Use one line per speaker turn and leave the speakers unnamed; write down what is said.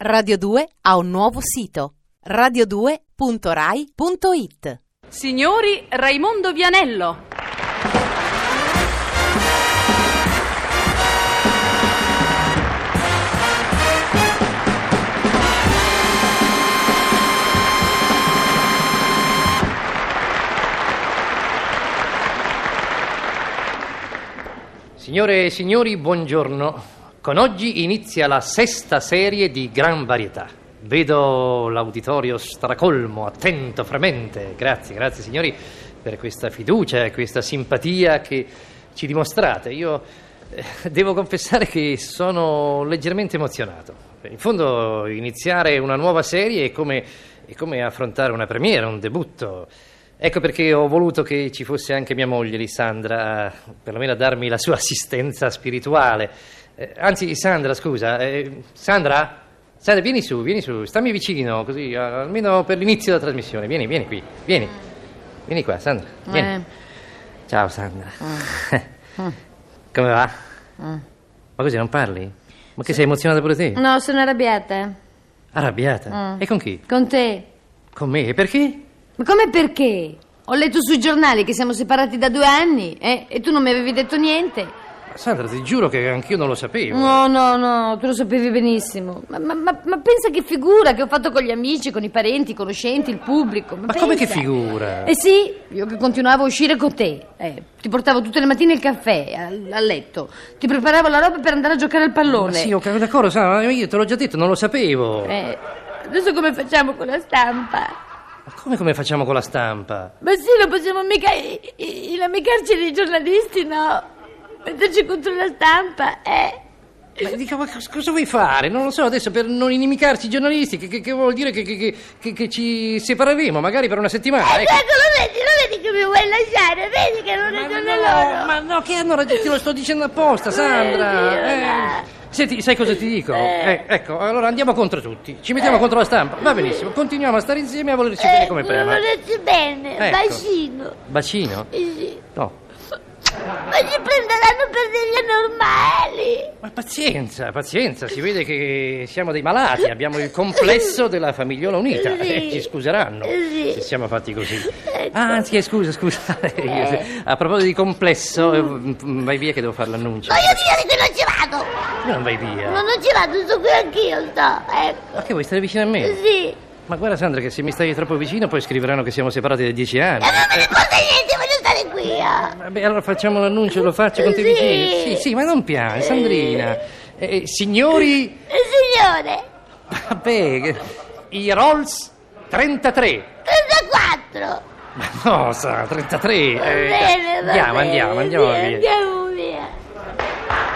Radio 2 ha un nuovo sito radio2.rai.it
Signori Raimondo Vianello,
Signore e signori, buongiorno. Con oggi inizia la sesta serie di Gran Varietà. Vedo l'auditorio stracolmo, attento, fremente. Grazie, grazie signori per questa fiducia e questa simpatia che ci dimostrate. Io eh, devo confessare che sono leggermente emozionato. In fondo iniziare una nuova serie è come, è come affrontare una premiera, un debutto. Ecco perché ho voluto che ci fosse anche mia moglie, Lisandra, perlomeno a darmi la sua assistenza spirituale. Eh, anzi, Sandra, scusa, eh, Sandra? Sandra, vieni su, vieni su, stammi vicino, così eh, almeno per l'inizio della trasmissione. Vieni, vieni qui, vieni. Vieni qua, Sandra. Vieni.
Eh.
Ciao, Sandra. Come va? Ma così non parli? Ma che sei emozionata pure te?
Eh. No, sono arrabbiata. eh.
Arrabbiata? E con chi?
Con te.
Con me? E perché?
Ma come perché? Ho letto sui giornali che siamo separati da due anni eh, e tu non mi avevi detto niente.
Sandra, ti giuro che anch'io non lo sapevo.
No, no, no, tu lo sapevi benissimo. Ma, ma- ma- ma pensa che figura che ho fatto con gli amici, con i parenti, i conoscenti, il pubblico.
Ma come che
pensa.
figura?
Eh sì, io che continuavo a uscire con te. eh, ti portavo tutte le mattine il caffè al, a letto. Ti preparavo la roba per andare a giocare al
Ma
pallone.
sì, ho capito d'accordo, Sandra, ma io te l'ho già detto, non lo sapevo.
Eh, adesso come facciamo con la stampa?
Ma come, come facciamo con la stampa?
Ma sì, non possiamo mica i- i- inamicarci dei giornalisti, no? Metterci contro la stampa, eh?
Ma dico, ma cos- cosa vuoi fare? Non lo so, adesso per non inimicarci i giornalisti, che, che- che vuol dire che, che- che- che- che ci separeremo magari per una settimana, ecco.
Ecco, lo vedi, lo vedi che mi vuoi lasciare, vedi che non
Ma
ragiona
no,
loro. Eh,
ma no, che hanno ragione, te lo sto dicendo apposta, Sandra.
Dio,
eh. Senti, sai cosa ti dico? Eh, ecco, allora andiamo contro tutti, ci
Eh.
mettiamo contro la stampa, va benissimo, continuiamo a stare insieme e a volerci bene come
non
prima.
volessi bene,
Ecco.
bacino.
Bacino?
Eh sì.
No.
Ma ci prenderanno per degli anormali.
Ma pazienza, pazienza, si vede che siamo dei malati, abbiamo il complesso della famigliola unita.
Sì.
Eh, ci scuseranno
Sì. Ecco.
se siamo fatti così. Ah, anzi, eh, scusa, scusa.
Eh.
A proposito di complesso, eh, m- m- vai via che devo fare l'annuncio.
Voglio dire che non ci vado.
Come Non vai via.
No, non ci vado, sto qui anch'io, sto. Ecco,
Ma che vuoi stare vicino a me?
sì.
Ma guarda Sandra che se mi stai troppo vicino poi scriveranno che siamo separati da dieci anni.
E non me ne importa niente, voglio stare qui, eh.
Vabbè, allora facciamo l'annuncio, lo faccio con te
Sì.
vicino. Sì, sì, ma non piani, Sandrina. Eh, signori...
Eh, Signore,
Vabbè, che- i Rolls 33.
34.
Ma no, sa, 33.
Va
eh,
bene, va
andiamo,
bene,
andiamo, andiamo,
sì,
via.
Andiamo via.